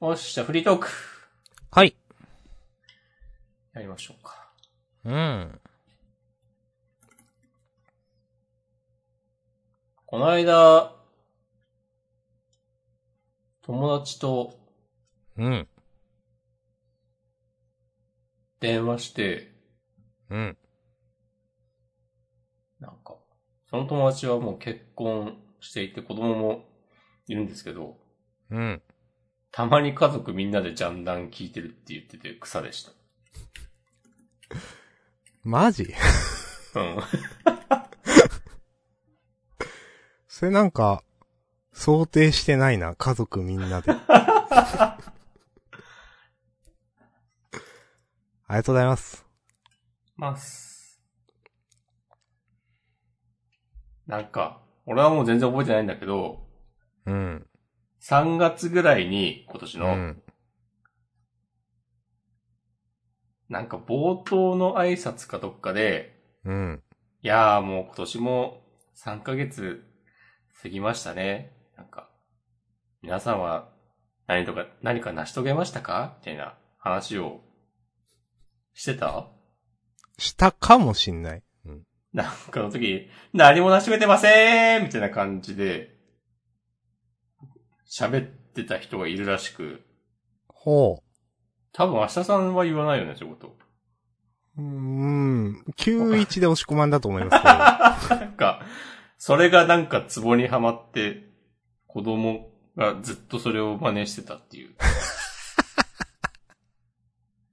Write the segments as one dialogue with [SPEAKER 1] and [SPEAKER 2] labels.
[SPEAKER 1] よし、じゃあフリートーク、
[SPEAKER 2] はい。
[SPEAKER 1] やりましょうか。
[SPEAKER 2] うん。
[SPEAKER 1] この間、友達と
[SPEAKER 2] うん。
[SPEAKER 1] 電話して、
[SPEAKER 2] うん。
[SPEAKER 1] なんか、その友達はもう結婚していて子供もいるんですけど、
[SPEAKER 2] うん。
[SPEAKER 1] たまに家族みんなでジャンダン聞いてるって言ってて草でし
[SPEAKER 2] マジ
[SPEAKER 1] た。うん。
[SPEAKER 2] それなんか、想定してないな、家族みんなで。ありがとうございます。
[SPEAKER 1] ます。なんか、俺はもう全然覚えてないんだけど、
[SPEAKER 2] うん。
[SPEAKER 1] 3月ぐらいに今年
[SPEAKER 2] う
[SPEAKER 1] の、
[SPEAKER 2] ん。
[SPEAKER 1] なんか冒頭の挨拶かどっかで、
[SPEAKER 2] うん。
[SPEAKER 1] いやーもう今年も3ヶ月過ぎましたね。なんか、皆さんは何とか、何か成し遂げましたかみたいな話をしてた
[SPEAKER 2] したかもしんない。うん。
[SPEAKER 1] なんかの時、何も成し遂げてませんみたいな感じで、喋ってた人がいるらしく、
[SPEAKER 2] ほ
[SPEAKER 1] 多分明日さんは言わないよね、そういうこと。
[SPEAKER 2] う。うん。91で押し込まんだと思いますけど。
[SPEAKER 1] なんか、それがなんかツボにはまって、子供がずっとそれを真似してたっていう。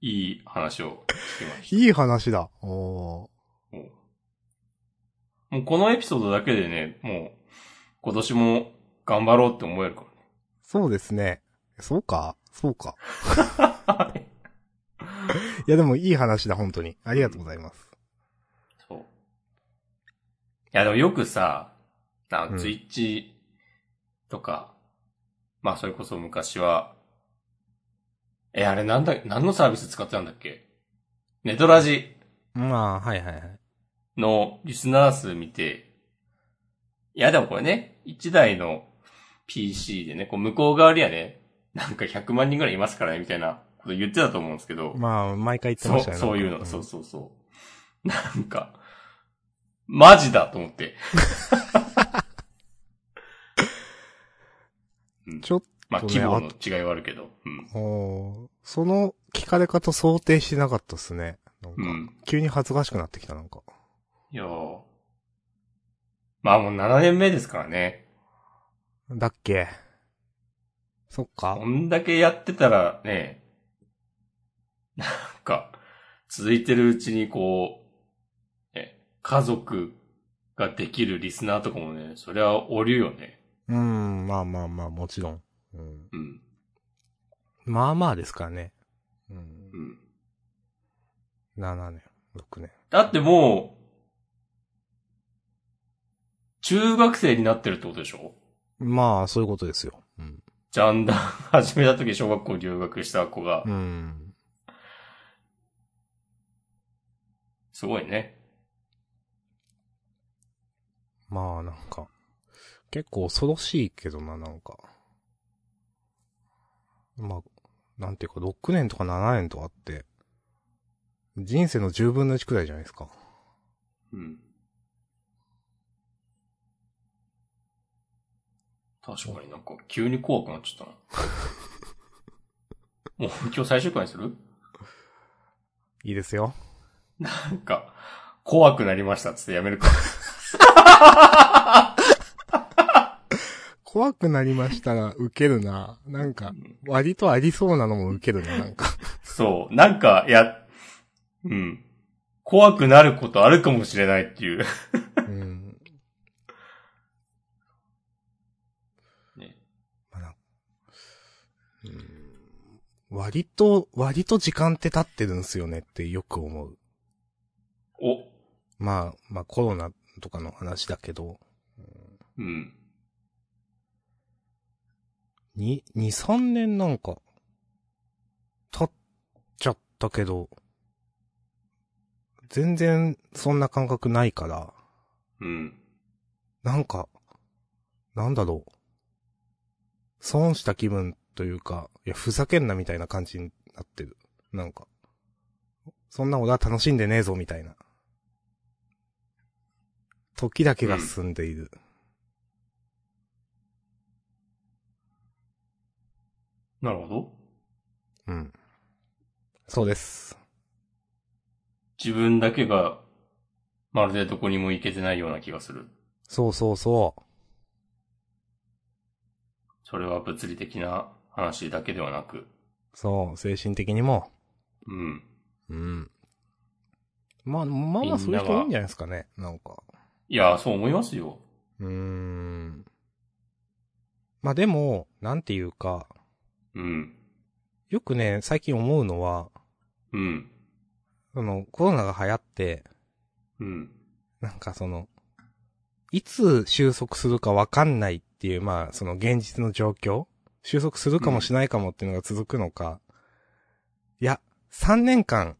[SPEAKER 1] いい話を聞きまし
[SPEAKER 2] いい話だ。おー。
[SPEAKER 1] た。もうこのエピソードだけでね、もう、今年も頑張ろうって思えるか
[SPEAKER 2] そうですね。そうかそうか。
[SPEAKER 1] ら。はい。
[SPEAKER 2] いやでもいい話だ、本当に。ありがとうございます。
[SPEAKER 1] そう。いやでもよくさ、あ
[SPEAKER 2] う
[SPEAKER 1] の、
[SPEAKER 2] ん
[SPEAKER 1] ツイッチとか、まあそれこそ昔は、え、あれなんだ、何のサービス使ってたんだっけネトラジ。
[SPEAKER 2] まあ、はいはいはい。
[SPEAKER 1] のリスナー数見て、いやでもこれね、1台の PC でね、こう向こう側にはね、なんか100万人ぐらいいますからね、みたいなこと言ってたと思うんですけど、
[SPEAKER 2] まあ、毎回言って
[SPEAKER 1] そう、
[SPEAKER 2] ましたよね。
[SPEAKER 1] そういう
[SPEAKER 2] なん
[SPEAKER 1] の、
[SPEAKER 2] か
[SPEAKER 1] そうそうそう。 なんか、マジだと思 って。うん
[SPEAKER 2] ちょっと、
[SPEAKER 1] まあ
[SPEAKER 2] そう
[SPEAKER 1] 規
[SPEAKER 2] ね
[SPEAKER 1] 模の違いはあるけど、うん。
[SPEAKER 2] おーその聞かれ方想定してなかったっすね。なんか、
[SPEAKER 1] うん
[SPEAKER 2] 急に恥ずかしくなってきた、なんか。
[SPEAKER 1] いやーまあもう7年目ですからね。
[SPEAKER 2] だっけ。そっか
[SPEAKER 1] こ。んだけやってたらね、なんか、続いてるうちにこう、ね、家族ができるリスナーとかもね、そりゃおるよね。
[SPEAKER 2] うん、まあまあまあ、もちろん。うん、
[SPEAKER 1] うん、
[SPEAKER 2] まあまあですからね。うん
[SPEAKER 1] う、ん。
[SPEAKER 2] 7年、6年。
[SPEAKER 1] だってもう、中学生になってるってことでしょ
[SPEAKER 2] まあ、そういうことですよ。うん。
[SPEAKER 1] ジャンダン始めた時小学校留学した子が
[SPEAKER 2] う、ん。
[SPEAKER 1] すごいね。
[SPEAKER 2] まあ、なんか、結構恐ろしいけどな、なんか。まあ、なんていうか、6年とか7年とかって、人生の10分の1くらいじゃないですか。
[SPEAKER 1] うん。確かになんか急に怖くなっちゃったな。もう今日最終回にする
[SPEAKER 2] いいですよ。
[SPEAKER 1] なんか、怖くなりましたっつってやめるか。
[SPEAKER 2] 怖くなりましたが、受けるな。なんか、割とありそうなのも受けるな、なんか。
[SPEAKER 1] そう。なんか、いや、うん。怖くなることあるかもしれないっていう。
[SPEAKER 2] うん。
[SPEAKER 1] ね
[SPEAKER 2] まあなうん割と、割と時間って経ってるんですよねってよく思う。
[SPEAKER 1] お、
[SPEAKER 2] まあ、まあコロナとかの話だけど、
[SPEAKER 1] うん。
[SPEAKER 2] に、2、3年なんか、経っちゃったけど、全然そんな感覚ないから、
[SPEAKER 1] うん。
[SPEAKER 2] なんか、なんだろう。損した気分っというか、いや、ふざけんなみたいな感じになってる。なんか。そんな俺は楽しんでねえぞ、みたいな。時だけが進んでいる。
[SPEAKER 1] なるほど。
[SPEAKER 2] うん。そうです。
[SPEAKER 1] 自分だけが、まるでどこにも行けてないような気がする。
[SPEAKER 2] そうそうそう。
[SPEAKER 1] それは物理的な話だけではなく、
[SPEAKER 2] そう、精神的にも。
[SPEAKER 1] うん。
[SPEAKER 2] うん。まあ、まあまあそういう人多いんじゃないですかね。なんか。
[SPEAKER 1] いや、そう思いますよ。
[SPEAKER 2] うーん。まあでも、なんていうか、
[SPEAKER 1] うん。
[SPEAKER 2] よくね、最近思うのは、
[SPEAKER 1] うん。
[SPEAKER 2] その、コロナが流行って、
[SPEAKER 1] うん。
[SPEAKER 2] なんかその、いつ収束するかわかんないっていう、まあ、その現実の状況収束するかもしないかもっていうのが続くのか、いや、3年間、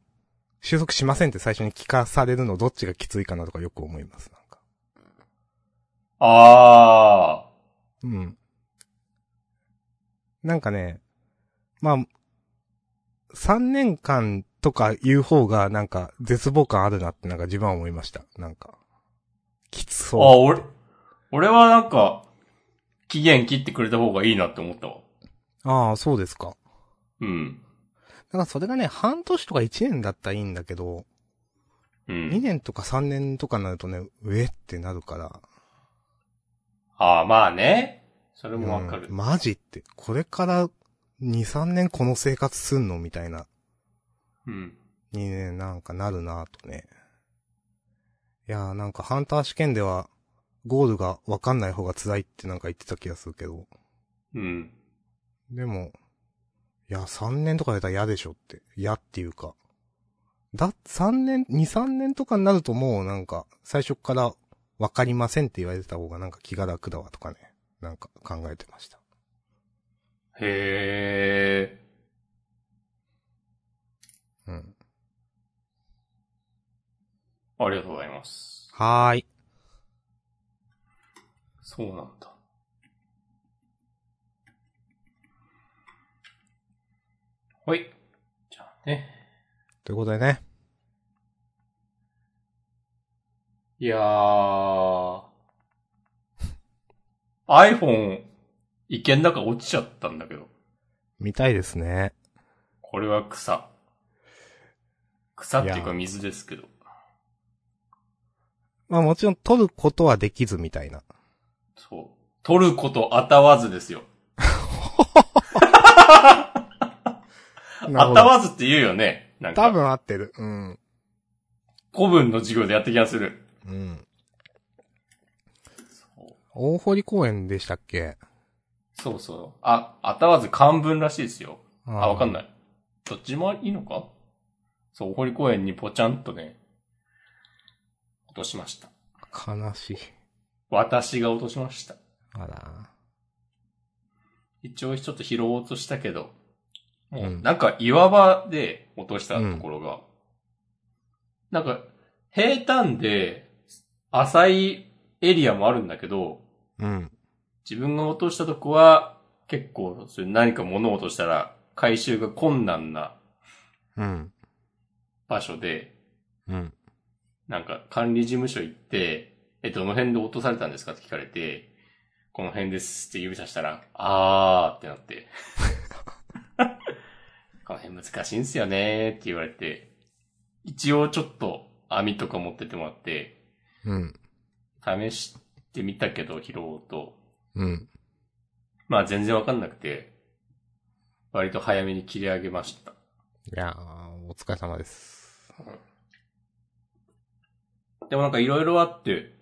[SPEAKER 2] 収束しませんって最初に聞かされるのどっちがきついかなとかよく思います、なんか。
[SPEAKER 1] あ
[SPEAKER 2] うん。なんかね、まあ、3年間とか言う方がなんか絶望感あるなってなんか自分は思いました。なんか。きつ
[SPEAKER 1] ー。あ、
[SPEAKER 2] そう。
[SPEAKER 1] 俺、俺はなんか、期限切ってくれた方がいいなって思ったわ。
[SPEAKER 2] ああ、そうですか。
[SPEAKER 1] うん。
[SPEAKER 2] なんかそれがね、半年とか1年だったらいいんだけど、
[SPEAKER 1] う
[SPEAKER 2] 2
[SPEAKER 1] ん。
[SPEAKER 2] 年とか3年とかになるとね、上ってなるから。
[SPEAKER 1] ああ、まあね。それもわかる。
[SPEAKER 2] うんマジって、これから2、3年この生活すんのみたいな
[SPEAKER 1] うん。
[SPEAKER 2] にね、なんかなるなぁとね。いやーなんかハンター試験では、ゴールがわかんない方が辛いってなんか言ってた気がするけど。
[SPEAKER 1] うん。
[SPEAKER 2] でも、いや、3年とかやったら嫌でしょって。嫌っていうか。だ、3年、2、3年とかになるともうなんか、最初からわかりませんって言われてた方がなんか気が楽だわとかね。なんか考えてました。
[SPEAKER 1] へえ。
[SPEAKER 2] うん。
[SPEAKER 1] ありがとうございます。
[SPEAKER 2] はーい。
[SPEAKER 1] そうなんだ。はい。じゃあね。
[SPEAKER 2] ということでね。
[SPEAKER 1] いやー。iPhone、意見だから落ちちゃったんだけど。
[SPEAKER 2] 見たいですね。
[SPEAKER 1] これは草。草っていう
[SPEAKER 2] いや
[SPEAKER 1] か水ですけど。
[SPEAKER 2] まあもちろん撮ることはできずみた いな。
[SPEAKER 1] そう。取ることあたわずですよ。
[SPEAKER 2] なる
[SPEAKER 1] あ
[SPEAKER 2] ほ
[SPEAKER 1] た
[SPEAKER 2] ど
[SPEAKER 1] わずって言うよね。なん
[SPEAKER 2] 多
[SPEAKER 1] か、
[SPEAKER 2] 分合ってる。うん。
[SPEAKER 1] 古文の授業でやった気がする。
[SPEAKER 2] うん。
[SPEAKER 1] そう
[SPEAKER 2] 大堀公園でしたっけ
[SPEAKER 1] そうそう。あ、あたわず漢文らしいですよ。
[SPEAKER 2] あ
[SPEAKER 1] あ、わかん
[SPEAKER 2] い。
[SPEAKER 1] ない。どっちもいいのかそう、お堀公園にぽちゃんとね、落としました。
[SPEAKER 2] 悲しい。
[SPEAKER 1] 私が落としました。
[SPEAKER 2] あら。
[SPEAKER 1] 一応ちょっと拾おうとしたけど、もううんなんか岩場で落としたところが、なんか平坦で浅いエリアもあるんだけど、
[SPEAKER 2] うん。
[SPEAKER 1] 自分が落としたとこは結構そういう何か物を落としたら回収が困難な
[SPEAKER 2] うん。
[SPEAKER 1] 場所で、
[SPEAKER 2] うん。
[SPEAKER 1] なんか管理事務所行って、え、どの辺で落とされたんですかって聞かれて、この辺ですって指さしたら、あーってなって。この辺難しいんすよねーって言われて、一応ちょっと網とか持ってってもらって、
[SPEAKER 2] うん。
[SPEAKER 1] 試してみたけど拾おうと、
[SPEAKER 2] うん。
[SPEAKER 1] まあ全然わかんなくて、割と早めに切り上げました。
[SPEAKER 2] いやー、お疲れ様です。
[SPEAKER 1] でもなんかいろいろあって、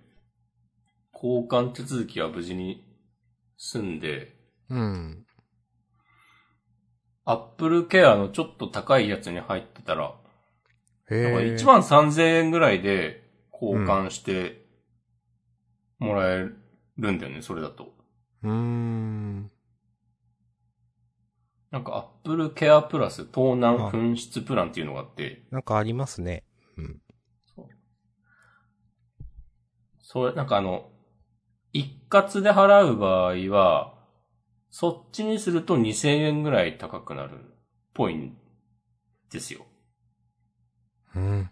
[SPEAKER 1] 交換手続きは無事に済んで、
[SPEAKER 2] うん。
[SPEAKER 1] アップルケアのちょっと高いやつに入ってたら、だから
[SPEAKER 2] へえ。
[SPEAKER 1] 1万3000円ぐらいで交換してもらえるんだよね、それだと。
[SPEAKER 2] うーん。
[SPEAKER 1] なんかアップルケアプラス盗難紛失プランっていうのがあって、
[SPEAKER 2] なんかありますね。
[SPEAKER 1] それ、なんかあの、一括で払う場合は、そっちにすると2000円ぐらい高くなるっぽいんですよ。
[SPEAKER 2] うん。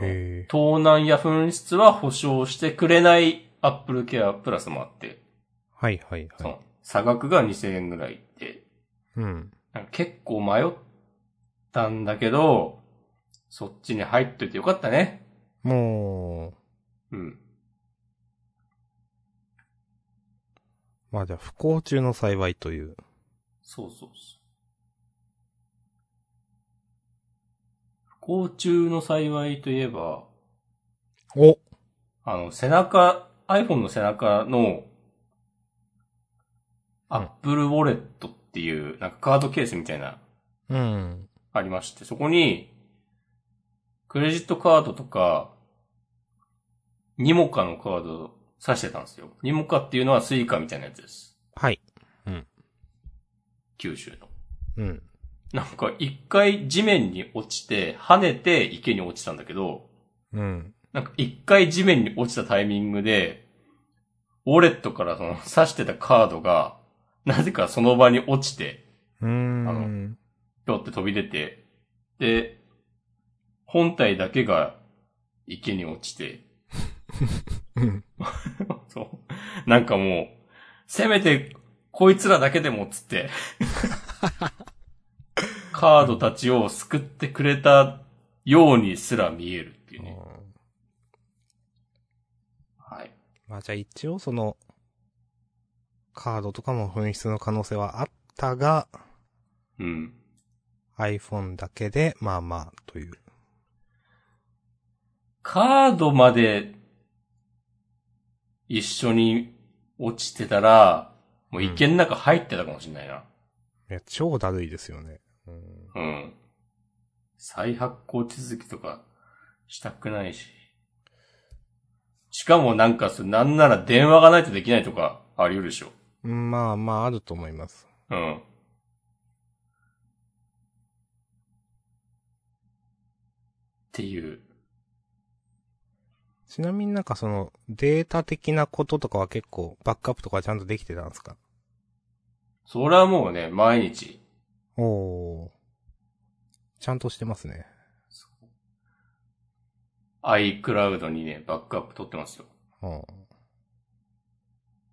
[SPEAKER 2] へえ。
[SPEAKER 1] 盗難や紛失は保証してくれない Apple Care プラスもあって、
[SPEAKER 2] はいはい
[SPEAKER 1] そ
[SPEAKER 2] はい。
[SPEAKER 1] の差額が2000円ぐらいで、
[SPEAKER 2] うん。
[SPEAKER 1] なんか結構迷ったんだけど、そっちに入っといてよかったね。う
[SPEAKER 2] も
[SPEAKER 1] ん。
[SPEAKER 2] う、まあじゃあ不幸中の幸いという。
[SPEAKER 1] そうそうそう。不幸中の幸いといえば、
[SPEAKER 2] お
[SPEAKER 1] あの、背中、iPhone の背中の、Apple Wallet っていう、なんかカードケースみたいな、
[SPEAKER 2] うん。
[SPEAKER 1] ありまして、そこに、クレジットカードとか、ニモカのカード挿してたんですよ。ニモカっていうのはスイカみたいなやつです。
[SPEAKER 2] はい。
[SPEAKER 1] 九州の。
[SPEAKER 2] うん。
[SPEAKER 1] なんか一回地面に落ちて、跳ねて池に落ちたんだけど、
[SPEAKER 2] うん。
[SPEAKER 1] なんか一回地面に落ちたタイミングで、ウォレットからその刺してたカードが、なぜかその場に落ちて、
[SPEAKER 2] うーん。
[SPEAKER 1] ぴょって飛び出て、で、本体だけが池に落ちて、
[SPEAKER 2] うん
[SPEAKER 1] そう。なんかもう、せめてこいつらだけでもっつって、カードたちを救ってくれたようにすら見えるっていうね。はい。
[SPEAKER 2] まあじゃあ一応その、カードとかも紛失の可能性はあったが、
[SPEAKER 1] うん。
[SPEAKER 2] iPhone だけで、まあまあ、という。
[SPEAKER 1] カードまで一緒に落ちてたら、もう池の中入ってたかもしれないな。
[SPEAKER 2] いや、超だるいですよね。うん。
[SPEAKER 1] うん。再発行手続きとかしたくないし。しかもなんかそ、なんなら電話がないとできないとかあり得るでしょ。
[SPEAKER 2] うんまあまあ、あると思います。
[SPEAKER 1] うん。っていう。
[SPEAKER 2] ちなみになんかその、データ的なこととかは結構、バックアップとかちゃんとできてたんですか
[SPEAKER 1] それはもうね、毎日。
[SPEAKER 2] おー。ちゃんとしてますね。
[SPEAKER 1] iCloud にね、バックアップ取ってますよ。
[SPEAKER 2] うん。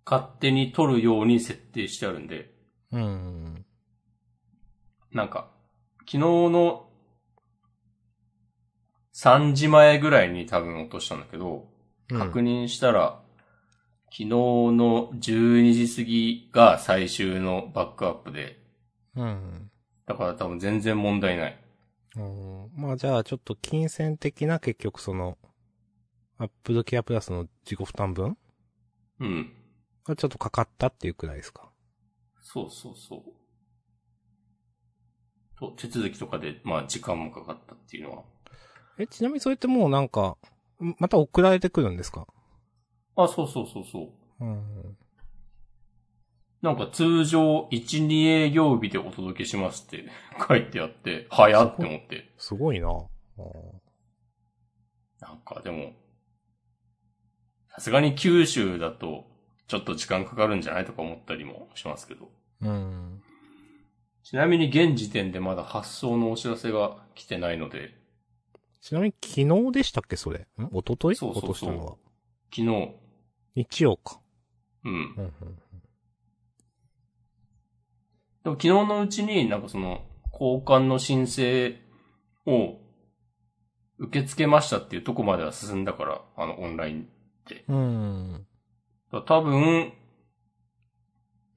[SPEAKER 1] 勝手に取るように設定してあるんで。
[SPEAKER 2] うん。
[SPEAKER 1] なんか、昨日の3時前ぐらいに多分落としたんだけど、確認したら、昨日の12時過ぎが最終のバックアップで、
[SPEAKER 2] うん。
[SPEAKER 1] だから多分全然問題ない。
[SPEAKER 2] うん。まあじゃあ、ちょっと金銭的な結局その、Apple Care Plus の自己負担分
[SPEAKER 1] うん。
[SPEAKER 2] がちょっとかかったっていうくらいですか。
[SPEAKER 1] そうそうそう。と、手続きとかで、まあ時間もかかったっていうの
[SPEAKER 2] え、ちなみにそれってもうなんか、んまた送られてくるんですか
[SPEAKER 1] は。あ、そうそうそうそう。
[SPEAKER 2] うん。
[SPEAKER 1] なんか通常1、2営業日でお届けしますって 書いてあって、早っって思って。
[SPEAKER 2] すごいな。あー
[SPEAKER 1] なんかでも、さすがに九州だと、ちょっと時間かかるんじゃないとか思ったりもしますけど。
[SPEAKER 2] うん。
[SPEAKER 1] ちなみに現時点でまだ発送のお知らせが来てないので、
[SPEAKER 2] ちなみに昨日でしたっけそれ。ん一昨日
[SPEAKER 1] そうそうそう
[SPEAKER 2] 落としたのは。
[SPEAKER 1] 昨日、
[SPEAKER 2] 日曜か。
[SPEAKER 1] うん。で
[SPEAKER 2] うん
[SPEAKER 1] も昨日のうちになんかその、交換の申請を受け付けましたっていうとこまでは進んだから、あの、オンライン
[SPEAKER 2] うん。うん。
[SPEAKER 1] だから多分、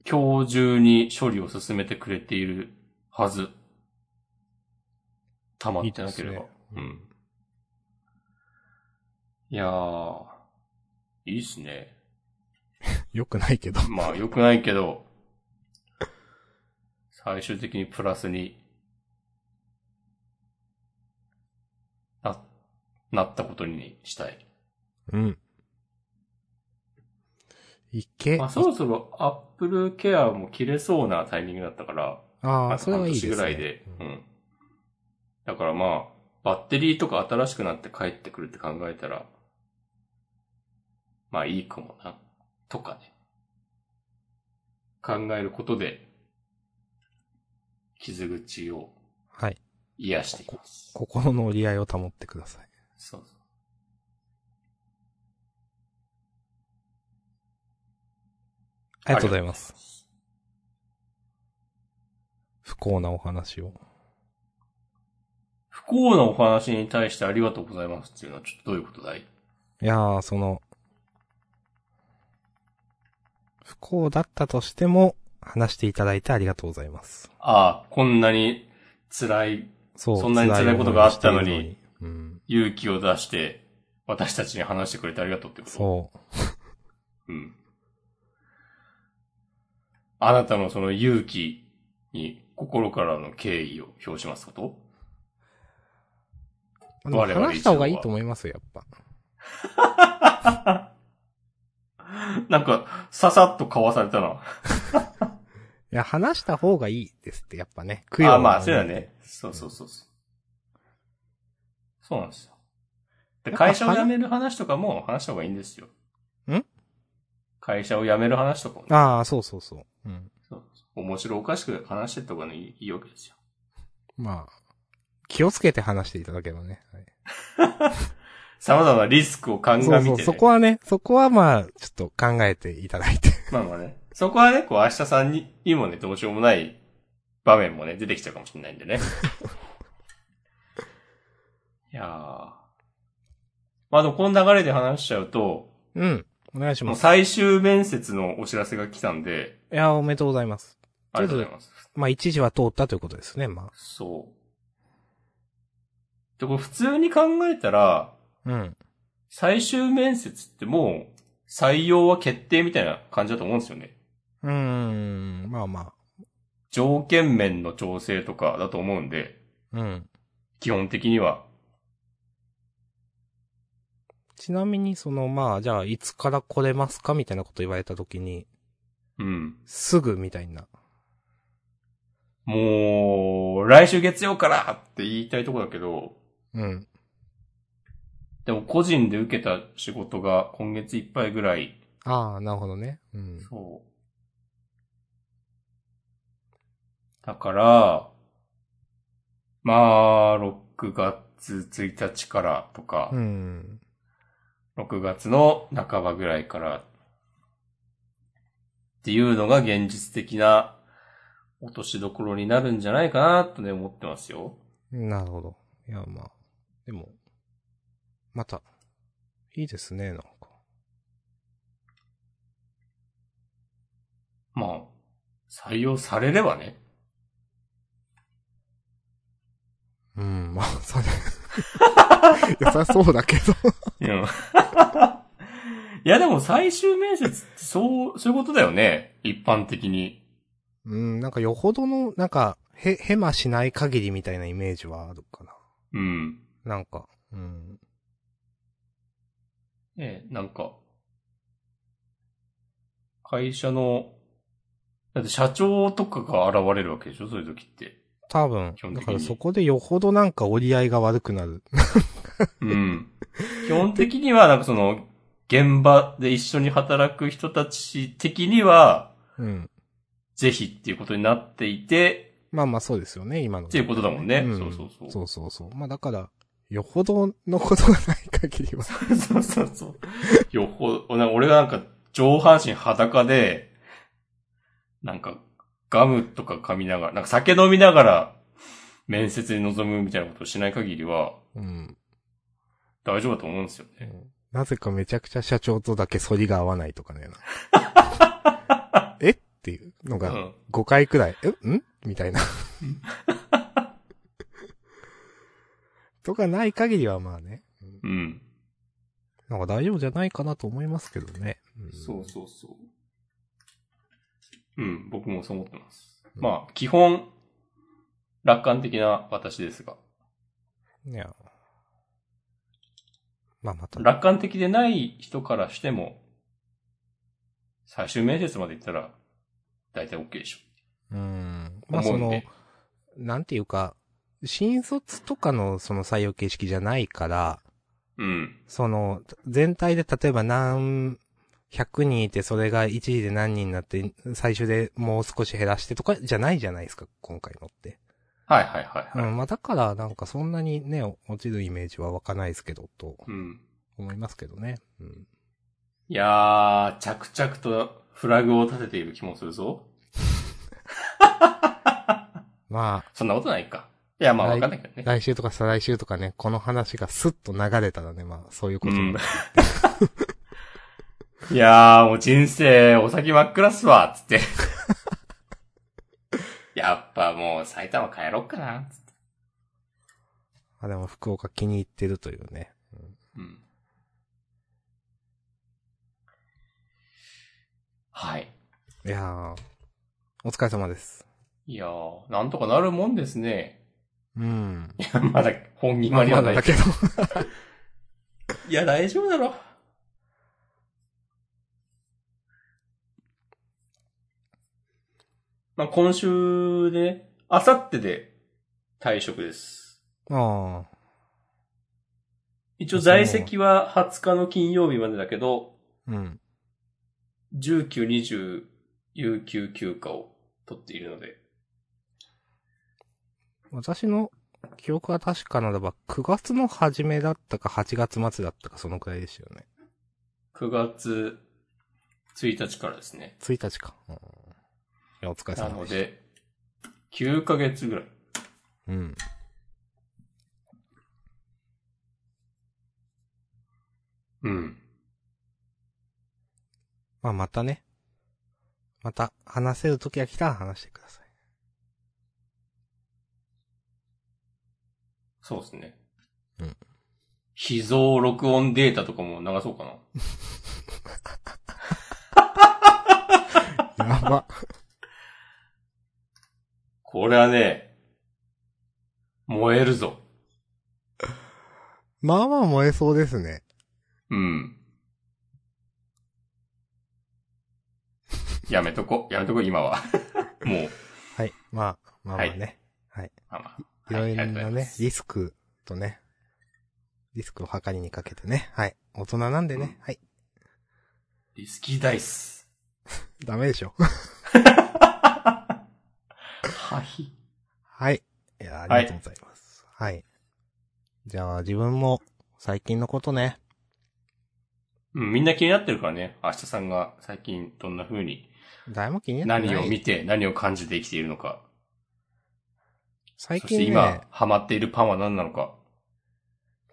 [SPEAKER 1] 今日中に処理を進めてくれているはず。溜まってなければ。
[SPEAKER 2] いいですね
[SPEAKER 1] うん。いやー、いいっすね。
[SPEAKER 2] よくないけど。
[SPEAKER 1] まあ、良くないけど、最終的にプラスにな、なったことにしたい。
[SPEAKER 2] うん。いけ。
[SPEAKER 1] まあ、そろそろ Apple Care も切れそうなタイミングだったから、
[SPEAKER 2] あ
[SPEAKER 1] あ
[SPEAKER 2] あ、
[SPEAKER 1] と
[SPEAKER 2] それはいいですね。
[SPEAKER 1] 半年ぐらいで。う
[SPEAKER 2] うん
[SPEAKER 1] ん。だからまあ、バッテリーとか新しくなって帰ってくるって考えたら、まあいいかもな。とかね。考えることで、傷口を
[SPEAKER 2] はい。
[SPEAKER 1] 癒しています。
[SPEAKER 2] 心の折り合いを保ってください。
[SPEAKER 1] そうそう。
[SPEAKER 2] ありがとうございます。不幸なお話を。
[SPEAKER 1] 不幸なお話に対してありがとうございますっていうのはちょっとどういうことだい
[SPEAKER 2] いやー、その、不幸だったとしても、話していただいてありがとうございます。
[SPEAKER 1] ああ、こんなに辛い
[SPEAKER 2] そう。
[SPEAKER 1] そんなに辛いことがあったのに
[SPEAKER 2] 辛い思いをしているのに。うん。
[SPEAKER 1] 勇気を出して、私たちに話してくれてありがとうってこと
[SPEAKER 2] そう。
[SPEAKER 1] うん。あなたのその勇気に心からの敬意を表しますこと
[SPEAKER 2] あでも
[SPEAKER 1] 我々
[SPEAKER 2] 話した方がいいと思いますよ、やっぱ。
[SPEAKER 1] なんか、ささっとかわされたな。
[SPEAKER 2] いや、話した方がいいですって、やっぱね。供養
[SPEAKER 1] あ
[SPEAKER 2] は
[SPEAKER 1] あ、まあ、そうだ。ね。そうそうそうそう。そうなんですよ。で
[SPEAKER 2] なんか
[SPEAKER 1] 会社を辞める話とかも話した方がいいんですよ。
[SPEAKER 2] ん
[SPEAKER 1] 会社を辞める話とかも、
[SPEAKER 2] ああ、そうそうそう。うん。
[SPEAKER 1] そうそう面白おかしく話してった方がいいいいわけですよ。
[SPEAKER 2] まあ、気をつけて話していただければね。はい
[SPEAKER 1] 様々なリスクを鑑みて、
[SPEAKER 2] そ
[SPEAKER 1] ね。
[SPEAKER 2] うそう、そこはね、そこはまあ、ちょっと考えていただいて。
[SPEAKER 1] まあまあね。そこはね、こう、明日さんににもね、どうしようもない場面もね、出てきちゃうかもしれないんで ね。いやー。まあ、でもこの流れで話しちゃうと、
[SPEAKER 2] うん。お願いし
[SPEAKER 1] も
[SPEAKER 2] ま
[SPEAKER 1] う
[SPEAKER 2] す。
[SPEAKER 1] 最終面接のお知らせが来たんで、
[SPEAKER 2] いや、おめでとうございます。
[SPEAKER 1] ありがとうございます。
[SPEAKER 2] まあ、一時は通ったということですね、ま
[SPEAKER 1] そう。で、これ普通に考えたら、
[SPEAKER 2] あ。うん。
[SPEAKER 1] 最終面接ってもう、採用は決定みたいな感じだと思うんですよね。
[SPEAKER 2] うーん、まあま
[SPEAKER 1] 条件面の調整とかだと思うんで、
[SPEAKER 2] あ。うん。
[SPEAKER 1] 基本的には。
[SPEAKER 2] ちなみに、その、まあ、じゃあ、いつから来れますかみたいなこと言われたときに、
[SPEAKER 1] うん。
[SPEAKER 2] すぐみたいな。
[SPEAKER 1] もう、来週月曜からって言いたいとこだけど、
[SPEAKER 2] うん。
[SPEAKER 1] でも個人で受けた仕事が今月いっぱいぐらい、
[SPEAKER 2] ああ、なるほどね。うん。
[SPEAKER 1] そう。だから、まあ、6月1日からとか、
[SPEAKER 2] うん。
[SPEAKER 1] 6月の半ばぐらいから、っていうのが現実的な落としどころになるんじゃないかなとね、思ってますよ。
[SPEAKER 2] なるほど。いや、まあ。でも、また、いいですね、なんか。
[SPEAKER 1] まあ、採用されればね。
[SPEAKER 2] うん、まあ、それ。 良さそうだけど。
[SPEAKER 1] うん。 いや、でも最終面接ってそう、そういうことだよね。一般的に。
[SPEAKER 2] うん、なんかよほどの、なんか、へ、ヘマしない限りみたいなイメージはあるか
[SPEAKER 1] うん。
[SPEAKER 2] な。なんか、うん。
[SPEAKER 1] ねえなんか、会社の、だって社長とかが現れるわけでしょそういう時って。
[SPEAKER 2] 多分
[SPEAKER 1] 基本、的
[SPEAKER 2] だ
[SPEAKER 1] に
[SPEAKER 2] からそこでよほどなんか折り合いが悪くなる。
[SPEAKER 1] うん。基本的には、なんかその、現場で一緒に働く人たち的には、
[SPEAKER 2] うん。
[SPEAKER 1] ぜひっていうことになっていて、
[SPEAKER 2] まあまあそうですよね、今の。
[SPEAKER 1] っていうことだもんね。
[SPEAKER 2] ん
[SPEAKER 1] そうそうそう
[SPEAKER 2] そうそうそう。まあだから、よほどのことがない限り は。
[SPEAKER 1] そうそうそう。よっぽど、な俺がなんか上半身裸で、なんかガムとか噛みながら、なんか酒飲みながら面接に臨むみたいなことをしない限りは
[SPEAKER 2] うん。
[SPEAKER 1] 大丈夫だと思うんですよね。
[SPEAKER 2] なぜかめちゃくちゃ社長とだけ反りが合わないとかね。 えっていうの
[SPEAKER 1] う
[SPEAKER 2] が
[SPEAKER 1] ん。
[SPEAKER 2] 5回くらい、えんみた いな。とかない限りはまあね。
[SPEAKER 1] うん。
[SPEAKER 2] なんか大丈夫じゃないかなと思いますけどね。ん
[SPEAKER 1] そうそうそう。うん、僕もそう思ってます。まあ、基本、楽観的な私ですが、
[SPEAKER 2] いや。まあまた。
[SPEAKER 1] 楽観的でない人からしても、最終面接まで行ったら、大体 OK でしょ。
[SPEAKER 2] うん。まあ
[SPEAKER 1] 思
[SPEAKER 2] そ
[SPEAKER 1] うん
[SPEAKER 2] の
[SPEAKER 1] で、
[SPEAKER 2] なんていうか、新卒とかのその採用形式じゃないから、
[SPEAKER 1] うん。
[SPEAKER 2] その、全体で例えば何100人いてそれが1時で何人になって、最終でもう少し減らしてとかじゃないじゃないですか、今回のって。
[SPEAKER 1] はいはいはい、
[SPEAKER 2] う
[SPEAKER 1] はい。
[SPEAKER 2] ん、まあだからなんかそんなにね、落ちるイメージは湧かないですけど、と
[SPEAKER 1] うん。
[SPEAKER 2] 思いますけどね。うん。
[SPEAKER 1] いやー、着々とフラグを立てている気もするぞ。
[SPEAKER 2] ま
[SPEAKER 1] そんなことないか。いや、まあ
[SPEAKER 2] は
[SPEAKER 1] わ
[SPEAKER 2] い
[SPEAKER 1] かんないけど
[SPEAKER 2] あ、
[SPEAKER 1] ね。
[SPEAKER 2] 来週とか再来週とかね、この話がスッと流れたらね、まあそういうことになる。
[SPEAKER 1] いやー、もう人生、お先真っ暗っすわ、つって。やっぱもう埼玉帰ろっかな、つって。
[SPEAKER 2] あ、でも福岡気に入ってるというね。
[SPEAKER 1] うん。はい。
[SPEAKER 2] いやー、お疲れ様です。
[SPEAKER 1] いやー、なんとかなるもんですね。
[SPEAKER 2] うん。
[SPEAKER 1] まだ本気
[SPEAKER 2] ま
[SPEAKER 1] ま
[SPEAKER 2] あ
[SPEAKER 1] り
[SPEAKER 2] ま
[SPEAKER 1] はな
[SPEAKER 2] だ
[SPEAKER 1] い
[SPEAKER 2] だ。けど。
[SPEAKER 1] いや、大丈夫だろ。まあ、今週でね、あさってで退職です。
[SPEAKER 2] ああ、
[SPEAKER 1] 一応在籍は20日の金曜日までだけど、
[SPEAKER 2] うん。
[SPEAKER 1] 19、20、有給休暇を取っているので。
[SPEAKER 2] 私の記憶は確かならば、9月の初めだったか8月末だったかそのくらいでしたよね。
[SPEAKER 1] 9月1日からですね。
[SPEAKER 2] 1日か。うん、いや、お疲れ
[SPEAKER 1] な
[SPEAKER 2] 様
[SPEAKER 1] の
[SPEAKER 2] でした。
[SPEAKER 1] で、9ヶ月ぐらい。
[SPEAKER 2] うん。
[SPEAKER 1] うん。
[SPEAKER 2] まあまたね。また話せる時が来たら話してください。
[SPEAKER 1] そうですね。
[SPEAKER 2] うん。
[SPEAKER 1] 秘蔵録音データとかも流そうかな。
[SPEAKER 2] やば。
[SPEAKER 1] これはね、燃えるぞ。
[SPEAKER 2] まあまあ燃えそうですね。
[SPEAKER 1] うん。 やめとこ、やめとこ、今 は。もう。
[SPEAKER 2] はい。まあ、まあまあね。
[SPEAKER 1] まあま
[SPEAKER 2] い、
[SPEAKER 1] あは
[SPEAKER 2] ろいろ
[SPEAKER 1] ありがと
[SPEAKER 2] な
[SPEAKER 1] うございま
[SPEAKER 2] ね、
[SPEAKER 1] す
[SPEAKER 2] リスクとね、リスクを測りにかけてね。はい。大人なんでね。はい。
[SPEAKER 1] リスキーダイス。
[SPEAKER 2] ダメでしょ。
[SPEAKER 1] はい。
[SPEAKER 2] はい。いや、ありがとうございます。はい。じゃあ、自分も、最近のことね。
[SPEAKER 1] うん、みんな気になってるからね。明日さんが最近どんな風に、
[SPEAKER 2] 誰も気になってない。
[SPEAKER 1] 何を見て、何を感じて生きているのか。
[SPEAKER 2] 最
[SPEAKER 1] そして
[SPEAKER 2] 近
[SPEAKER 1] 今
[SPEAKER 2] ね、、
[SPEAKER 1] ハマっているパンは何なのか。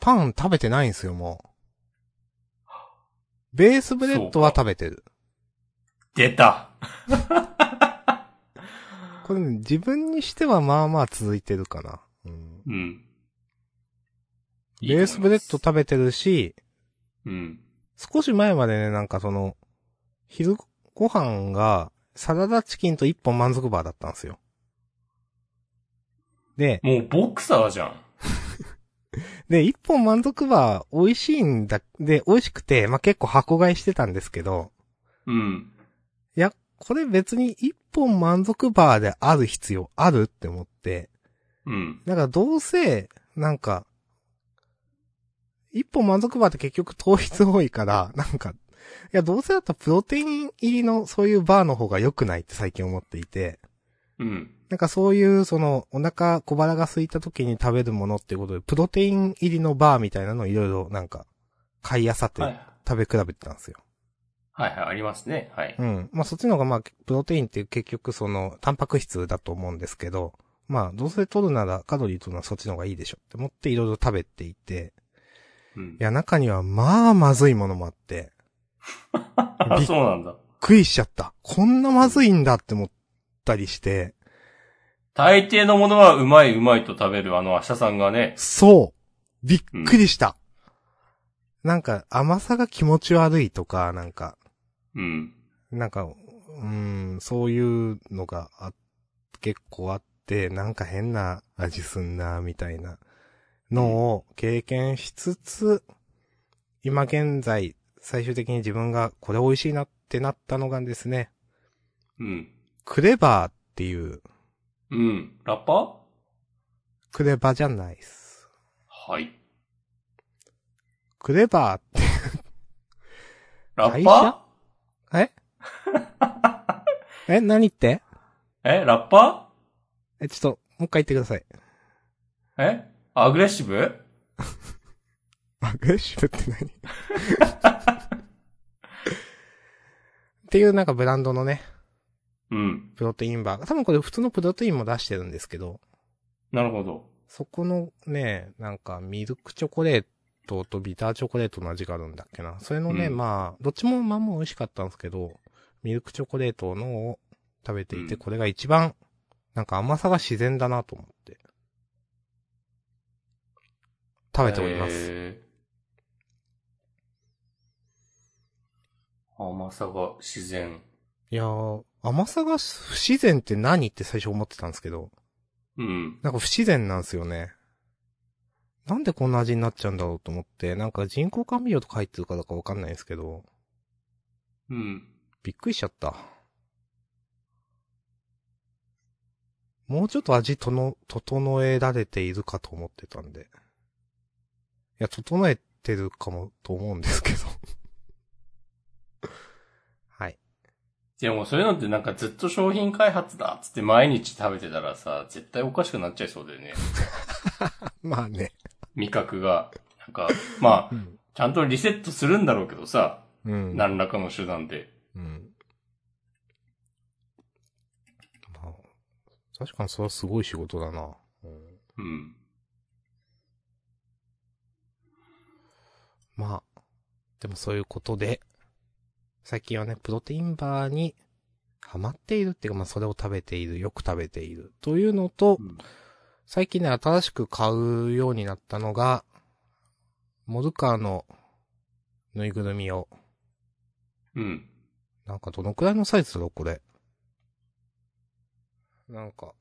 [SPEAKER 2] パン食べてないんですよ、もう。ベースブレッドは食べてる。
[SPEAKER 1] 出た
[SPEAKER 2] これ、ね、自分にしてはまあまあ続いてるかな。うん。
[SPEAKER 1] うん。いいと思い
[SPEAKER 2] ベー
[SPEAKER 1] ます
[SPEAKER 2] スブレッド食べてるし、
[SPEAKER 1] うん。
[SPEAKER 2] 少し前までね、なんかその、昼ご飯が、サラダチキンと一本満足バーだったんですよ。で、
[SPEAKER 1] もうボクサーじゃん。
[SPEAKER 2] で、一本満足バー美味しいんだ、で、美味しくて、まあ、結構箱買いしてたんですけど、
[SPEAKER 1] うん。
[SPEAKER 2] いや、これ別に一本満足バーである必要あるって思って、
[SPEAKER 1] うん。
[SPEAKER 2] だからどうせ、なんか、一本満足バーって結局糖質多いから、なんか、いや、どうせだったらプロテイン入りのそういうバーの方が良くないって最近思っていて、
[SPEAKER 1] うん。
[SPEAKER 2] なんかそういうその、お腹小腹が空いた時に食べるものっていうことで、プロテイン入りのバーみたいなのをいろいろなんか、買いあさって
[SPEAKER 1] はい。
[SPEAKER 2] 食べ比べてたんですよ。
[SPEAKER 1] はいはい、ありますね。はい。
[SPEAKER 2] うん。まあそっちの方がまあ、プロテインって結局その、タンパク質だと思うんですけど、まあどうせ取るならカロリー取るのはそっちの方がいいでしょって思っていろいろ食べていて、
[SPEAKER 1] うん
[SPEAKER 2] い。 や中にはまあまずいものもあって、
[SPEAKER 1] あ、
[SPEAKER 2] びっ
[SPEAKER 1] そうなんだ。
[SPEAKER 2] 食いしちゃった。こんなまずいんだって思ったりして、
[SPEAKER 1] 大抵のものはうまいうまいと食べるあの明日さんがね。
[SPEAKER 2] そうびっくりした、なんか甘さが気持ち悪いとか、なんか、
[SPEAKER 1] うん。
[SPEAKER 2] なんか、うーん、そういうのがあ、結構あって、なんか変な味すんな、みたいなのを経験しつつ、今現在、最終的に自分がこれ美味しいなってなったのがですね、
[SPEAKER 1] うん。
[SPEAKER 2] クレバーっていう、
[SPEAKER 1] うん。ラッパ
[SPEAKER 2] クレバじゃないっす。
[SPEAKER 1] はい。
[SPEAKER 2] クレバーって
[SPEAKER 1] ラッ
[SPEAKER 2] 会社
[SPEAKER 1] パ
[SPEAKER 2] ええ、何って
[SPEAKER 1] えラッパ
[SPEAKER 2] え、ちょっと、もう一回言ってください。
[SPEAKER 1] ーえアグレッシブ
[SPEAKER 2] アグレッシブって何っていうなんかブランドのね、
[SPEAKER 1] うん。
[SPEAKER 2] プロテインバー。多分これ普通のプロテインも出してるんですけど、
[SPEAKER 1] なるほど。
[SPEAKER 2] そこのね、なんかミルクチョコレートとビターチョコレートの味があるんだっけな。それのね、
[SPEAKER 1] うん
[SPEAKER 2] まあ、どっちもまあもう美味しかったんですけど、ミルクチョコレートのを食べていて、
[SPEAKER 1] うん
[SPEAKER 2] これが一番、なんか甘さが自然だなと思って。食べております。
[SPEAKER 1] えー甘さが自然。
[SPEAKER 2] いやー、甘さが不自然って何って最初思ってたんですけど、
[SPEAKER 1] うん。
[SPEAKER 2] なんか不自然なんですよね。なんでこんな味になっちゃうんだろうと思って、なんか人工甘味料とか入ってるからかわかんないんですけど、
[SPEAKER 1] うん。
[SPEAKER 2] びっくりしちゃった。もうちょっと味との、整えられているかと思ってたんで。いや、整えてるかもと思うんですけど。 はい。
[SPEAKER 1] でもそういうのってなんかずっと商品開発だっつって毎日食べてたらさ、絶対おかしくなっちゃいそうだよね。
[SPEAKER 2] まあね。
[SPEAKER 1] 味覚が。なんか、まあ、
[SPEAKER 2] ん。
[SPEAKER 1] ちゃんとリセットするんだろうけどさ、
[SPEAKER 2] うん。
[SPEAKER 1] 何らかの手段で。
[SPEAKER 2] うん。まあ、確かにそれはすごい仕事だな。うん、
[SPEAKER 1] うん。
[SPEAKER 2] まあ、でもそういうことで、最近はね、プロテインバーにハマっているっていうか、まあそれを食べている、よく食べているというのと、
[SPEAKER 1] うん
[SPEAKER 2] 最近ね、新しく買うようになったのが、モルカーのぬいぐるみを、
[SPEAKER 1] うん。
[SPEAKER 2] なんかどのくらいのサイズだろう、これ。なんか。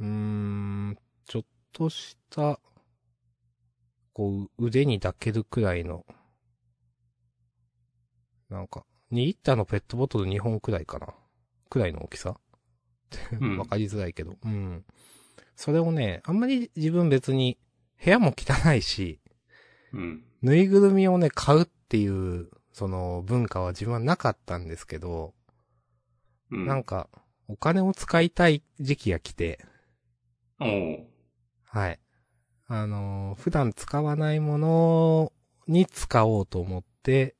[SPEAKER 2] うーん、ちょっとした、こう、腕に抱けるくらいの、なんか、2リッターのペットボトル2本くらいかな。くらいの大きさ。
[SPEAKER 1] うん
[SPEAKER 2] わかりづらいけど。うん。それをね、あんまり自分別に、部屋も汚いし、
[SPEAKER 1] うん。
[SPEAKER 2] ぬいぐるみをね、買うっていう、その文化は自分はなかったんですけど、
[SPEAKER 1] うん。
[SPEAKER 2] なんか、お金を使いたい時期が来て、
[SPEAKER 1] おう
[SPEAKER 2] はい。あのー普段使わないものに使おうと思って、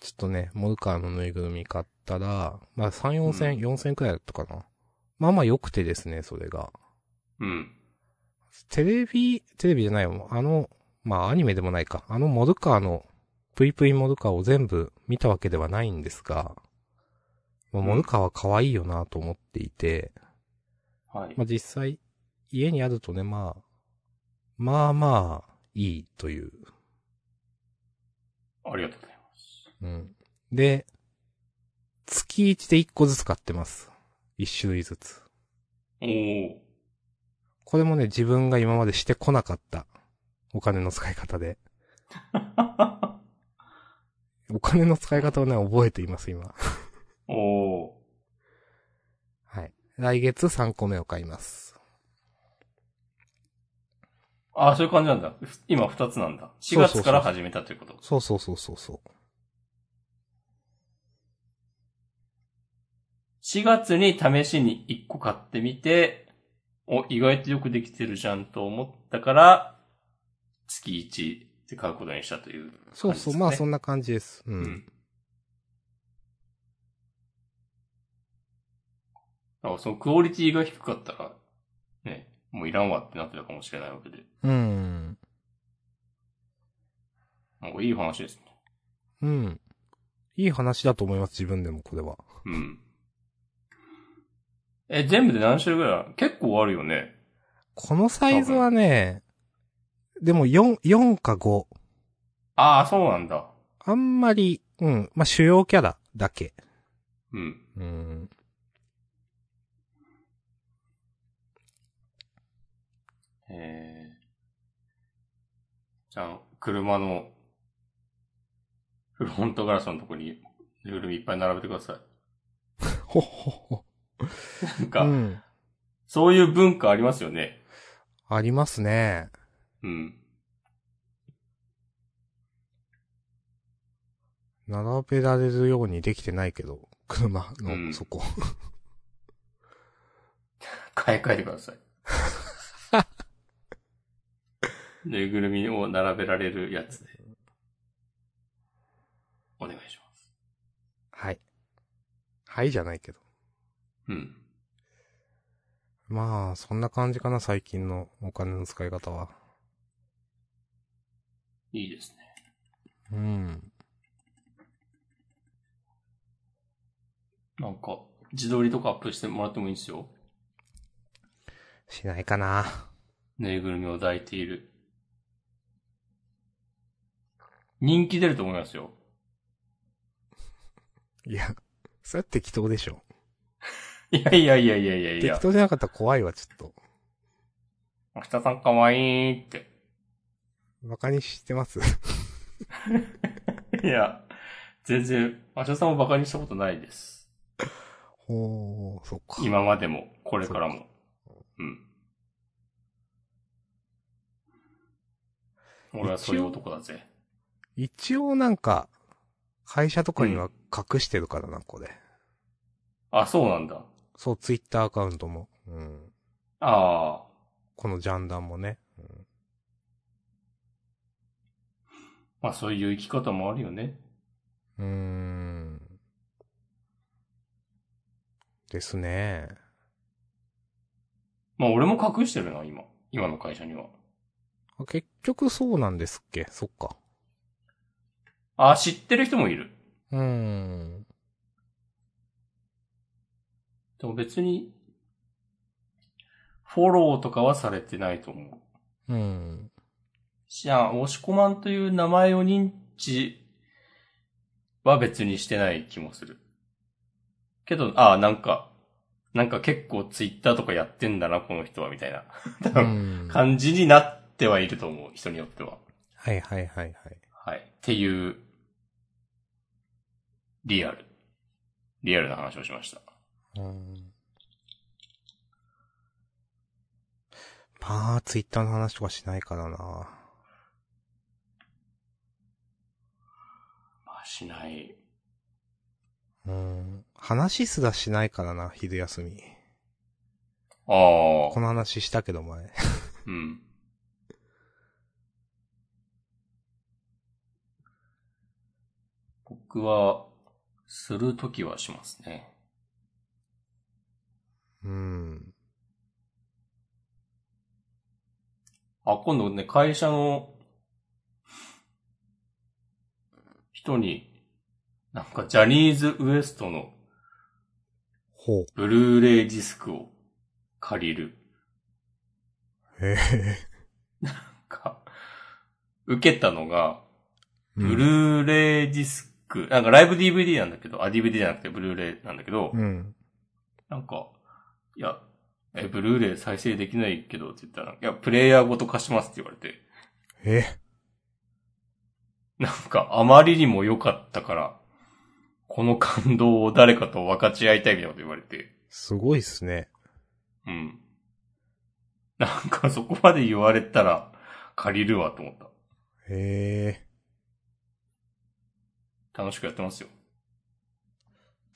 [SPEAKER 2] ちょっとね、モルカーのぬいぐるみ買ったら、まあ3、4千、4千くらいだったかな。まあまあ良くてですね、それが。
[SPEAKER 1] うん。
[SPEAKER 2] テレビ、テレビじゃないよ。あの、まあアニメでもないか。あのモルカーの、プイプイモルカーを全部見たわけではないんですが、まあ、
[SPEAKER 1] うん
[SPEAKER 2] モルカーは可愛いよなと思っていて、
[SPEAKER 1] はい
[SPEAKER 2] ま。あ実際、家にあるとね、まあ、まあまあ、いいという。
[SPEAKER 1] ありがとうございます。
[SPEAKER 2] うん。で、月1で1個ずつ買ってます。1種類ずつ。
[SPEAKER 1] おー。
[SPEAKER 2] これもね、自分が今までしてこなかった。お金の使い方で。お金の使い方をね、覚えています、今。
[SPEAKER 1] おー。
[SPEAKER 2] はい。来月3個目を買います。
[SPEAKER 1] ああ、そういう感じなんだ。ふ今二つなんだ。4
[SPEAKER 2] そうそうそう
[SPEAKER 1] 月から始めたということ。
[SPEAKER 2] そうそうそうそうそう。
[SPEAKER 1] 4月に試しに1個買ってみて、お、意外とよくできてるじゃんと思ったから、月1で買うことにしたという
[SPEAKER 2] そ
[SPEAKER 1] 感
[SPEAKER 2] う
[SPEAKER 1] じですかね、
[SPEAKER 2] そう、まあそんな感じです。う。
[SPEAKER 1] うんん。だからそのクオリティが低かったら、ね、もういらんわってなってたかもしれないわけで。
[SPEAKER 2] うん。
[SPEAKER 1] なんかいい話ですね。
[SPEAKER 2] うん。いい話だと思います、自分でもこれは。
[SPEAKER 1] うん。え、全部で何種類ぐらいある結構あるよね。
[SPEAKER 2] このサイズはね、でも4、4か5。
[SPEAKER 1] ああ、そうなんだ。
[SPEAKER 2] あんまり、うん。まあ主要キャラだけ。
[SPEAKER 1] うん。
[SPEAKER 2] うん。
[SPEAKER 1] えー、じゃあ、車のフロントガラスのとこにぬいぐるみいっぱい並べてくださ
[SPEAKER 2] ほっほっほ。
[SPEAKER 1] い。なん
[SPEAKER 2] う
[SPEAKER 1] か、
[SPEAKER 2] ん。
[SPEAKER 1] そういう文化ありますよね。
[SPEAKER 2] ありますね。
[SPEAKER 1] うん。
[SPEAKER 2] 並べられるようにできてないけど、車
[SPEAKER 1] う
[SPEAKER 2] の
[SPEAKER 1] ん
[SPEAKER 2] そこ。
[SPEAKER 1] 買い替えてください。ぬいぐるみを並べられるやつで。お願いします。
[SPEAKER 2] はい。はいじゃないけど。
[SPEAKER 1] うん。
[SPEAKER 2] まあ、そんな感じかな、最近のお金の使い方は。
[SPEAKER 1] いいですね。
[SPEAKER 2] うん。
[SPEAKER 1] なんか、自撮りとかアップしてもらってもいいんですよ。
[SPEAKER 2] しないかな。
[SPEAKER 1] ぬいぐるみを抱いている。人気出ると思いますよ。
[SPEAKER 2] いや、それは適当でしょ。
[SPEAKER 1] いやいやいやいやいやいや
[SPEAKER 2] 適。当じゃなかったら怖いわ、ちょっと。
[SPEAKER 1] 明日さんかわいいって。
[SPEAKER 2] バカにしてます
[SPEAKER 1] いや、全然、明日さんをバカにしたことないです。
[SPEAKER 2] ほー、そっか。
[SPEAKER 1] 今までも、これからも。うん。俺はそういう男だぜ。
[SPEAKER 2] 一応なんか、会社とかには隠してるからな、これ。
[SPEAKER 1] あ、そうなんだ。
[SPEAKER 2] そう、ツイッターアカウントも。うん。
[SPEAKER 1] ああ。
[SPEAKER 2] このジャンダンもね。
[SPEAKER 1] まあそういう生き方もあるよね。
[SPEAKER 2] うーん。ですね。
[SPEAKER 1] まあ俺も隠してるな、今。今の会社には。
[SPEAKER 2] あ結局そうなんですっけそっか。
[SPEAKER 1] あ、知ってる人もいる。
[SPEAKER 2] うーん。
[SPEAKER 1] でも別に、フォローとかはされてないと思う。
[SPEAKER 2] うん。
[SPEAKER 1] じゃあ、押し込まんという名前を認知は別にしてない気もする。けど、ああ、なんか、なんか結構ツイッターとかやってんだな、この人は、みたいな。多
[SPEAKER 2] う
[SPEAKER 1] 分
[SPEAKER 2] んは
[SPEAKER 1] 感じになってはいると思う、人によっては。
[SPEAKER 2] いはいはいはい。
[SPEAKER 1] はい。っていう、リアル。リアルな話をしました。
[SPEAKER 2] うんまあ、ツイッターの話とかしないからな。
[SPEAKER 1] まあ、しない。
[SPEAKER 2] うん。話すらしないからな、昼休み。
[SPEAKER 1] ああ
[SPEAKER 2] こ。の話したけど前。
[SPEAKER 1] うん。僕は、するときはしますね。
[SPEAKER 2] うん。
[SPEAKER 1] あ、今度ね、会社の人に、なんかジャニーズウエストの
[SPEAKER 2] ほう。
[SPEAKER 1] ブルーレイディスクを借りる
[SPEAKER 2] へえ。
[SPEAKER 1] か、受けたのが、
[SPEAKER 2] うん
[SPEAKER 1] ブルーレイディスク、なんかライブ DVD なんだけど、あ、DVD じゃなくてブルーレイなんだけど、
[SPEAKER 2] うん。
[SPEAKER 1] なんか、いや、え、ブルーレイ再生できないけどって言ったら、いや、プレイヤーごと貸しますって言われて、
[SPEAKER 2] え、
[SPEAKER 1] なんか、あまりにも良かったから、この感動を誰かと分かち合いたいみたいなこと言われて、
[SPEAKER 2] すごいっすね。
[SPEAKER 1] うん。なんか、そこまで言われたら、借りるわと思っ
[SPEAKER 2] へえ。
[SPEAKER 1] た。楽しくやってますよ。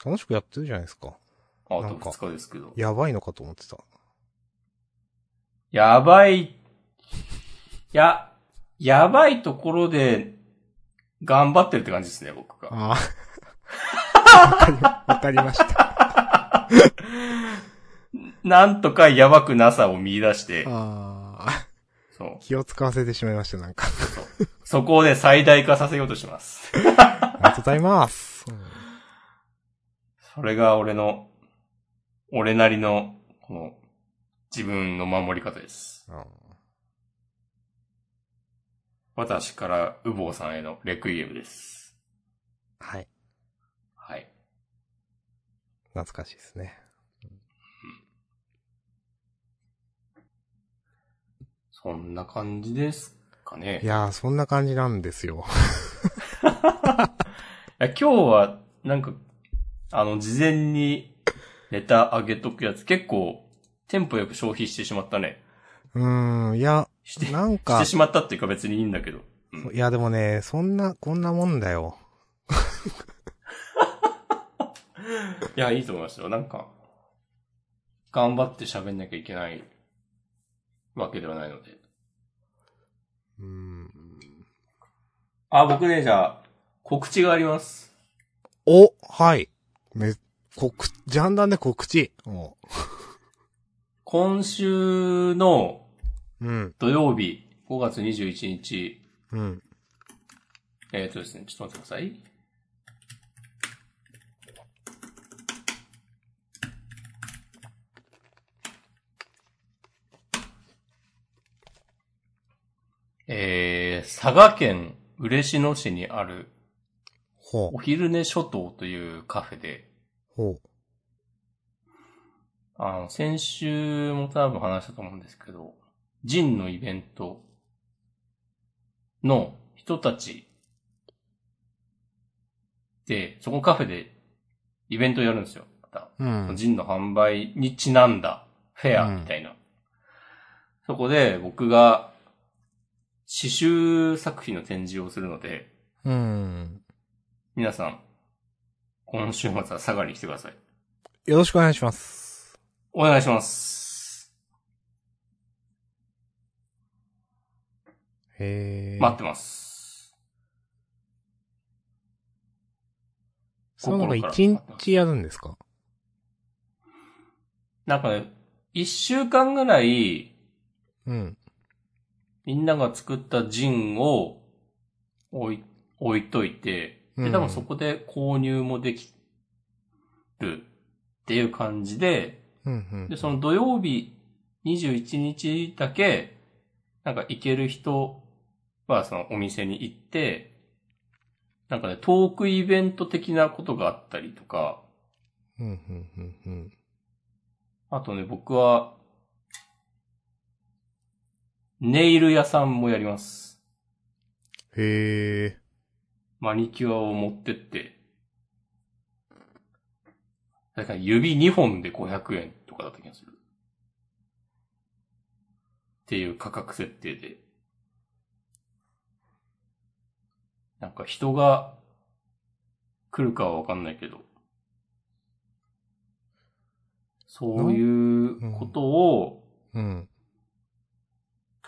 [SPEAKER 2] 楽しくやってるじゃないですか。
[SPEAKER 1] ああ
[SPEAKER 2] な
[SPEAKER 1] と
[SPEAKER 2] んか
[SPEAKER 1] 2日ですけど。
[SPEAKER 2] やばいのかと思ってた。
[SPEAKER 1] やばい、いや、やばいところで、頑張ってるって感じですね、僕が。
[SPEAKER 2] ああ。わかりました。
[SPEAKER 1] なんとかやばくなさを見出して、
[SPEAKER 2] ああ。
[SPEAKER 1] そう。
[SPEAKER 2] 気を使わせてしまいました、なんか。
[SPEAKER 1] そこをね、最大化させようとします。
[SPEAKER 2] ありがとうございます。うん
[SPEAKER 1] それが俺の、俺なりの、この、自分の守り方です。
[SPEAKER 2] あ
[SPEAKER 1] 私から、うぼうさんへのレクイエムです。
[SPEAKER 2] ーはい。
[SPEAKER 1] はい。
[SPEAKER 2] 懐かしいですね。
[SPEAKER 1] そんな感じですかね。
[SPEAKER 2] い
[SPEAKER 1] いや、
[SPEAKER 2] やー、そんな感じなんですよ。
[SPEAKER 1] 今日は、なんか、あの、事前に、ネタあげとくやつ、結構、テンポよく消費してしまったね。
[SPEAKER 2] うーん、いや、
[SPEAKER 1] して、し
[SPEAKER 2] なん
[SPEAKER 1] て
[SPEAKER 2] か、
[SPEAKER 1] しまったっていうか別にいいんだけど。うん
[SPEAKER 2] いやでもね、そんな、こんなもんだよ。
[SPEAKER 1] いや、いいと思いますよ。なんか、頑張って喋んなきゃいけないわけではないので。
[SPEAKER 2] うん。
[SPEAKER 1] あ、僕ね、じゃあ、告知があります。
[SPEAKER 2] お、はい。め、告、ジャンダンで告知。お
[SPEAKER 1] 今週の
[SPEAKER 2] うん、
[SPEAKER 1] 土曜日、5月21日、
[SPEAKER 2] うん。
[SPEAKER 1] えっ、ー、とですね、ちょっと待ってください。えー、佐賀県嬉野市にある
[SPEAKER 2] ほう
[SPEAKER 1] お、昼寝諸島というカフェで、
[SPEAKER 2] ほう、
[SPEAKER 1] あの、先週も多分話したと思うんですけど、ジンのイベントの人たちで、そこのカフェでイベントをやるんですよ。また、
[SPEAKER 2] うん。
[SPEAKER 1] ジンの販売にちなんだフェアみたいな。そこで僕が刺繍作品の展示をするので、
[SPEAKER 2] うん。
[SPEAKER 1] 皆さん、今週末は佐賀に来てください。
[SPEAKER 2] よろしくお願いします。
[SPEAKER 1] お願いします。
[SPEAKER 2] へえ。
[SPEAKER 1] 待ってます。
[SPEAKER 2] そういうのが
[SPEAKER 1] 心から
[SPEAKER 2] 一日やるんですか
[SPEAKER 1] なんかね、一週間ぐらい、
[SPEAKER 2] うん。
[SPEAKER 1] みんなが作ったジンを置い、置いといて、
[SPEAKER 2] う
[SPEAKER 1] で、
[SPEAKER 2] ん
[SPEAKER 1] 多分そこで購入もできるっていう感じで、
[SPEAKER 2] うん、うん。
[SPEAKER 1] で、その土曜日21日だけ、なんか行ける人はそのお店に行って、なんかね、トークイベント的なことがあったりとか、
[SPEAKER 2] うん、うん、うん、うん。
[SPEAKER 1] あとね、僕は、ネイル屋さんもやります。
[SPEAKER 2] へえ。
[SPEAKER 1] マニキュアを持ってって。だから指2本で500円とかだった気がする。っていう価格設定で。なんか人が来るかはわかんないけど。そういうことを
[SPEAKER 2] うん。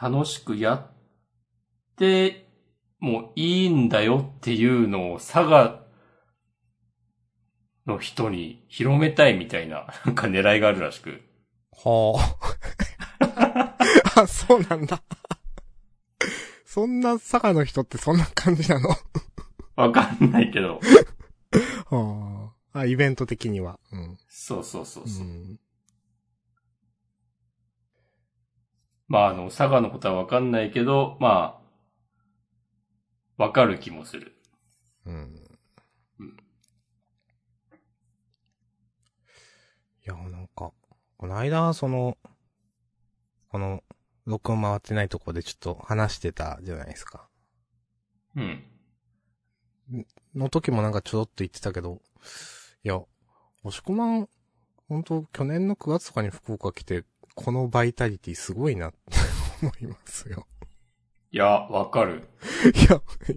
[SPEAKER 1] 楽しくやってもいいんだよっていうのを佐賀の人に広めたいみたいな、 なんか狙いがあるらしく。
[SPEAKER 2] はあ。あ、そうなんだ。そんな坂の人ってそんな感じなの
[SPEAKER 1] わかんないけど。
[SPEAKER 2] はあ。あ、イベント的には。うん。
[SPEAKER 1] そうそうそう
[SPEAKER 2] う
[SPEAKER 1] そう、
[SPEAKER 2] ん。
[SPEAKER 1] まああの、佐賀のことはわかんないけど、まあ、わかる気もする。
[SPEAKER 2] うん。いや、なんか、この間、その、この、録音回ってないとこでちょっと話してたじゃないですか。
[SPEAKER 1] うん。
[SPEAKER 2] の時もなんかちょろっと言ってたけど、いや、押し込まん、本当去年の9月とかに福岡来て、このバイタリティすごいなって 思いますよ。
[SPEAKER 1] いや、わかる。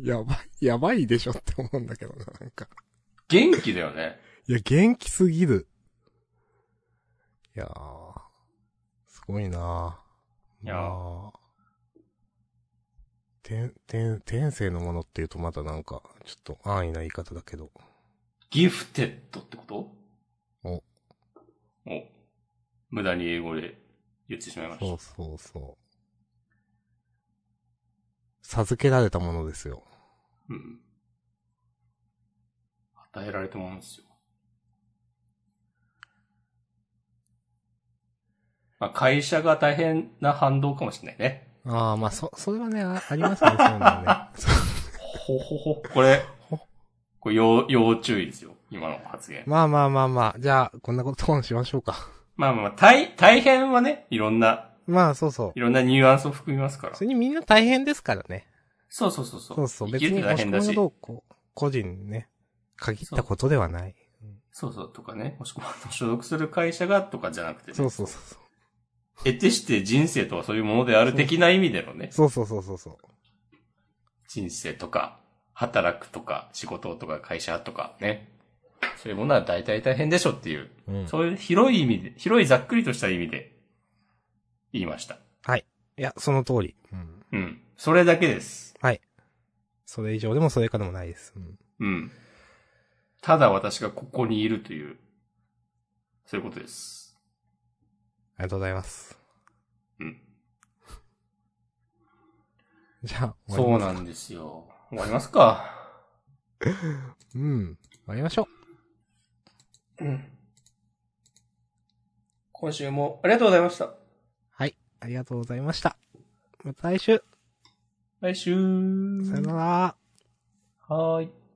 [SPEAKER 2] いや、やばい、やばいでしょって思うんだけどな、なんか。
[SPEAKER 1] 元気だよね。
[SPEAKER 2] いや、元気すぎる。いやー、すごいなー
[SPEAKER 1] いやー
[SPEAKER 2] まあ天、天、天性のものって言うとまたなんか、ちょっと安易な言い方だけど。
[SPEAKER 1] ギフテッドってこと
[SPEAKER 2] お
[SPEAKER 1] お。無駄に英語で言ってしまいました
[SPEAKER 2] そう。そうそう。授けられたものですよ。
[SPEAKER 1] うん。与えられたものですよ。まあ、会社が大変な反動かもしれないね。
[SPEAKER 2] ああ、まあ、そ、それはね、ああり ますね、そういうのはね。そう
[SPEAKER 1] ほほほ。これ、これ要、要注意ですよ。今の発言。
[SPEAKER 2] まあまあまあまあ、じゃあ、こんなことにしましょうか。
[SPEAKER 1] まあまあまあ、大、大変はね、いろんな、
[SPEAKER 2] まあ、そうそ
[SPEAKER 1] いろんなニュアンスを含みますか
[SPEAKER 2] う。
[SPEAKER 1] ら
[SPEAKER 2] そ。れにみんな大変ですからね。
[SPEAKER 1] そうそうそうそう。
[SPEAKER 2] そうそう、
[SPEAKER 1] 生
[SPEAKER 2] 別
[SPEAKER 1] きるっ
[SPEAKER 2] に
[SPEAKER 1] て大
[SPEAKER 2] 押し
[SPEAKER 1] 変
[SPEAKER 2] 込
[SPEAKER 1] だ
[SPEAKER 2] みの
[SPEAKER 1] し。
[SPEAKER 2] どうこう、個人ね、限ったことではない。
[SPEAKER 1] そうそう、とかね。もしくは所属する会社がとかじゃなくて、ね、
[SPEAKER 2] そうそうそうそう。
[SPEAKER 1] 得てして人生とはそういうものである的な意味でのね。
[SPEAKER 2] そうそうそうそうそう。
[SPEAKER 1] 人生とか、働くとか、仕事とか会社とかね。そういうものは大体大変でしょっていう、
[SPEAKER 2] うん。
[SPEAKER 1] そういう広い意味で、広いざっくりとした意味で言いました。
[SPEAKER 2] いや、その通り。うん。
[SPEAKER 1] うん。それだけです。
[SPEAKER 2] それ以上でもそれ以下でもないです。うん。
[SPEAKER 1] うん。ただ私がここにいるという、そういうことです。
[SPEAKER 2] ありがとうございます。
[SPEAKER 1] うん。
[SPEAKER 2] じゃあ、終
[SPEAKER 1] そ
[SPEAKER 2] わ
[SPEAKER 1] う
[SPEAKER 2] りま
[SPEAKER 1] なんですよ。終わりますか。
[SPEAKER 2] す。うん。終わりましょ
[SPEAKER 1] うん。今週もありがとうございました。
[SPEAKER 2] う。はい。ありがとうございました。また来週、
[SPEAKER 1] 来週。
[SPEAKER 2] さよなら。
[SPEAKER 1] はーい。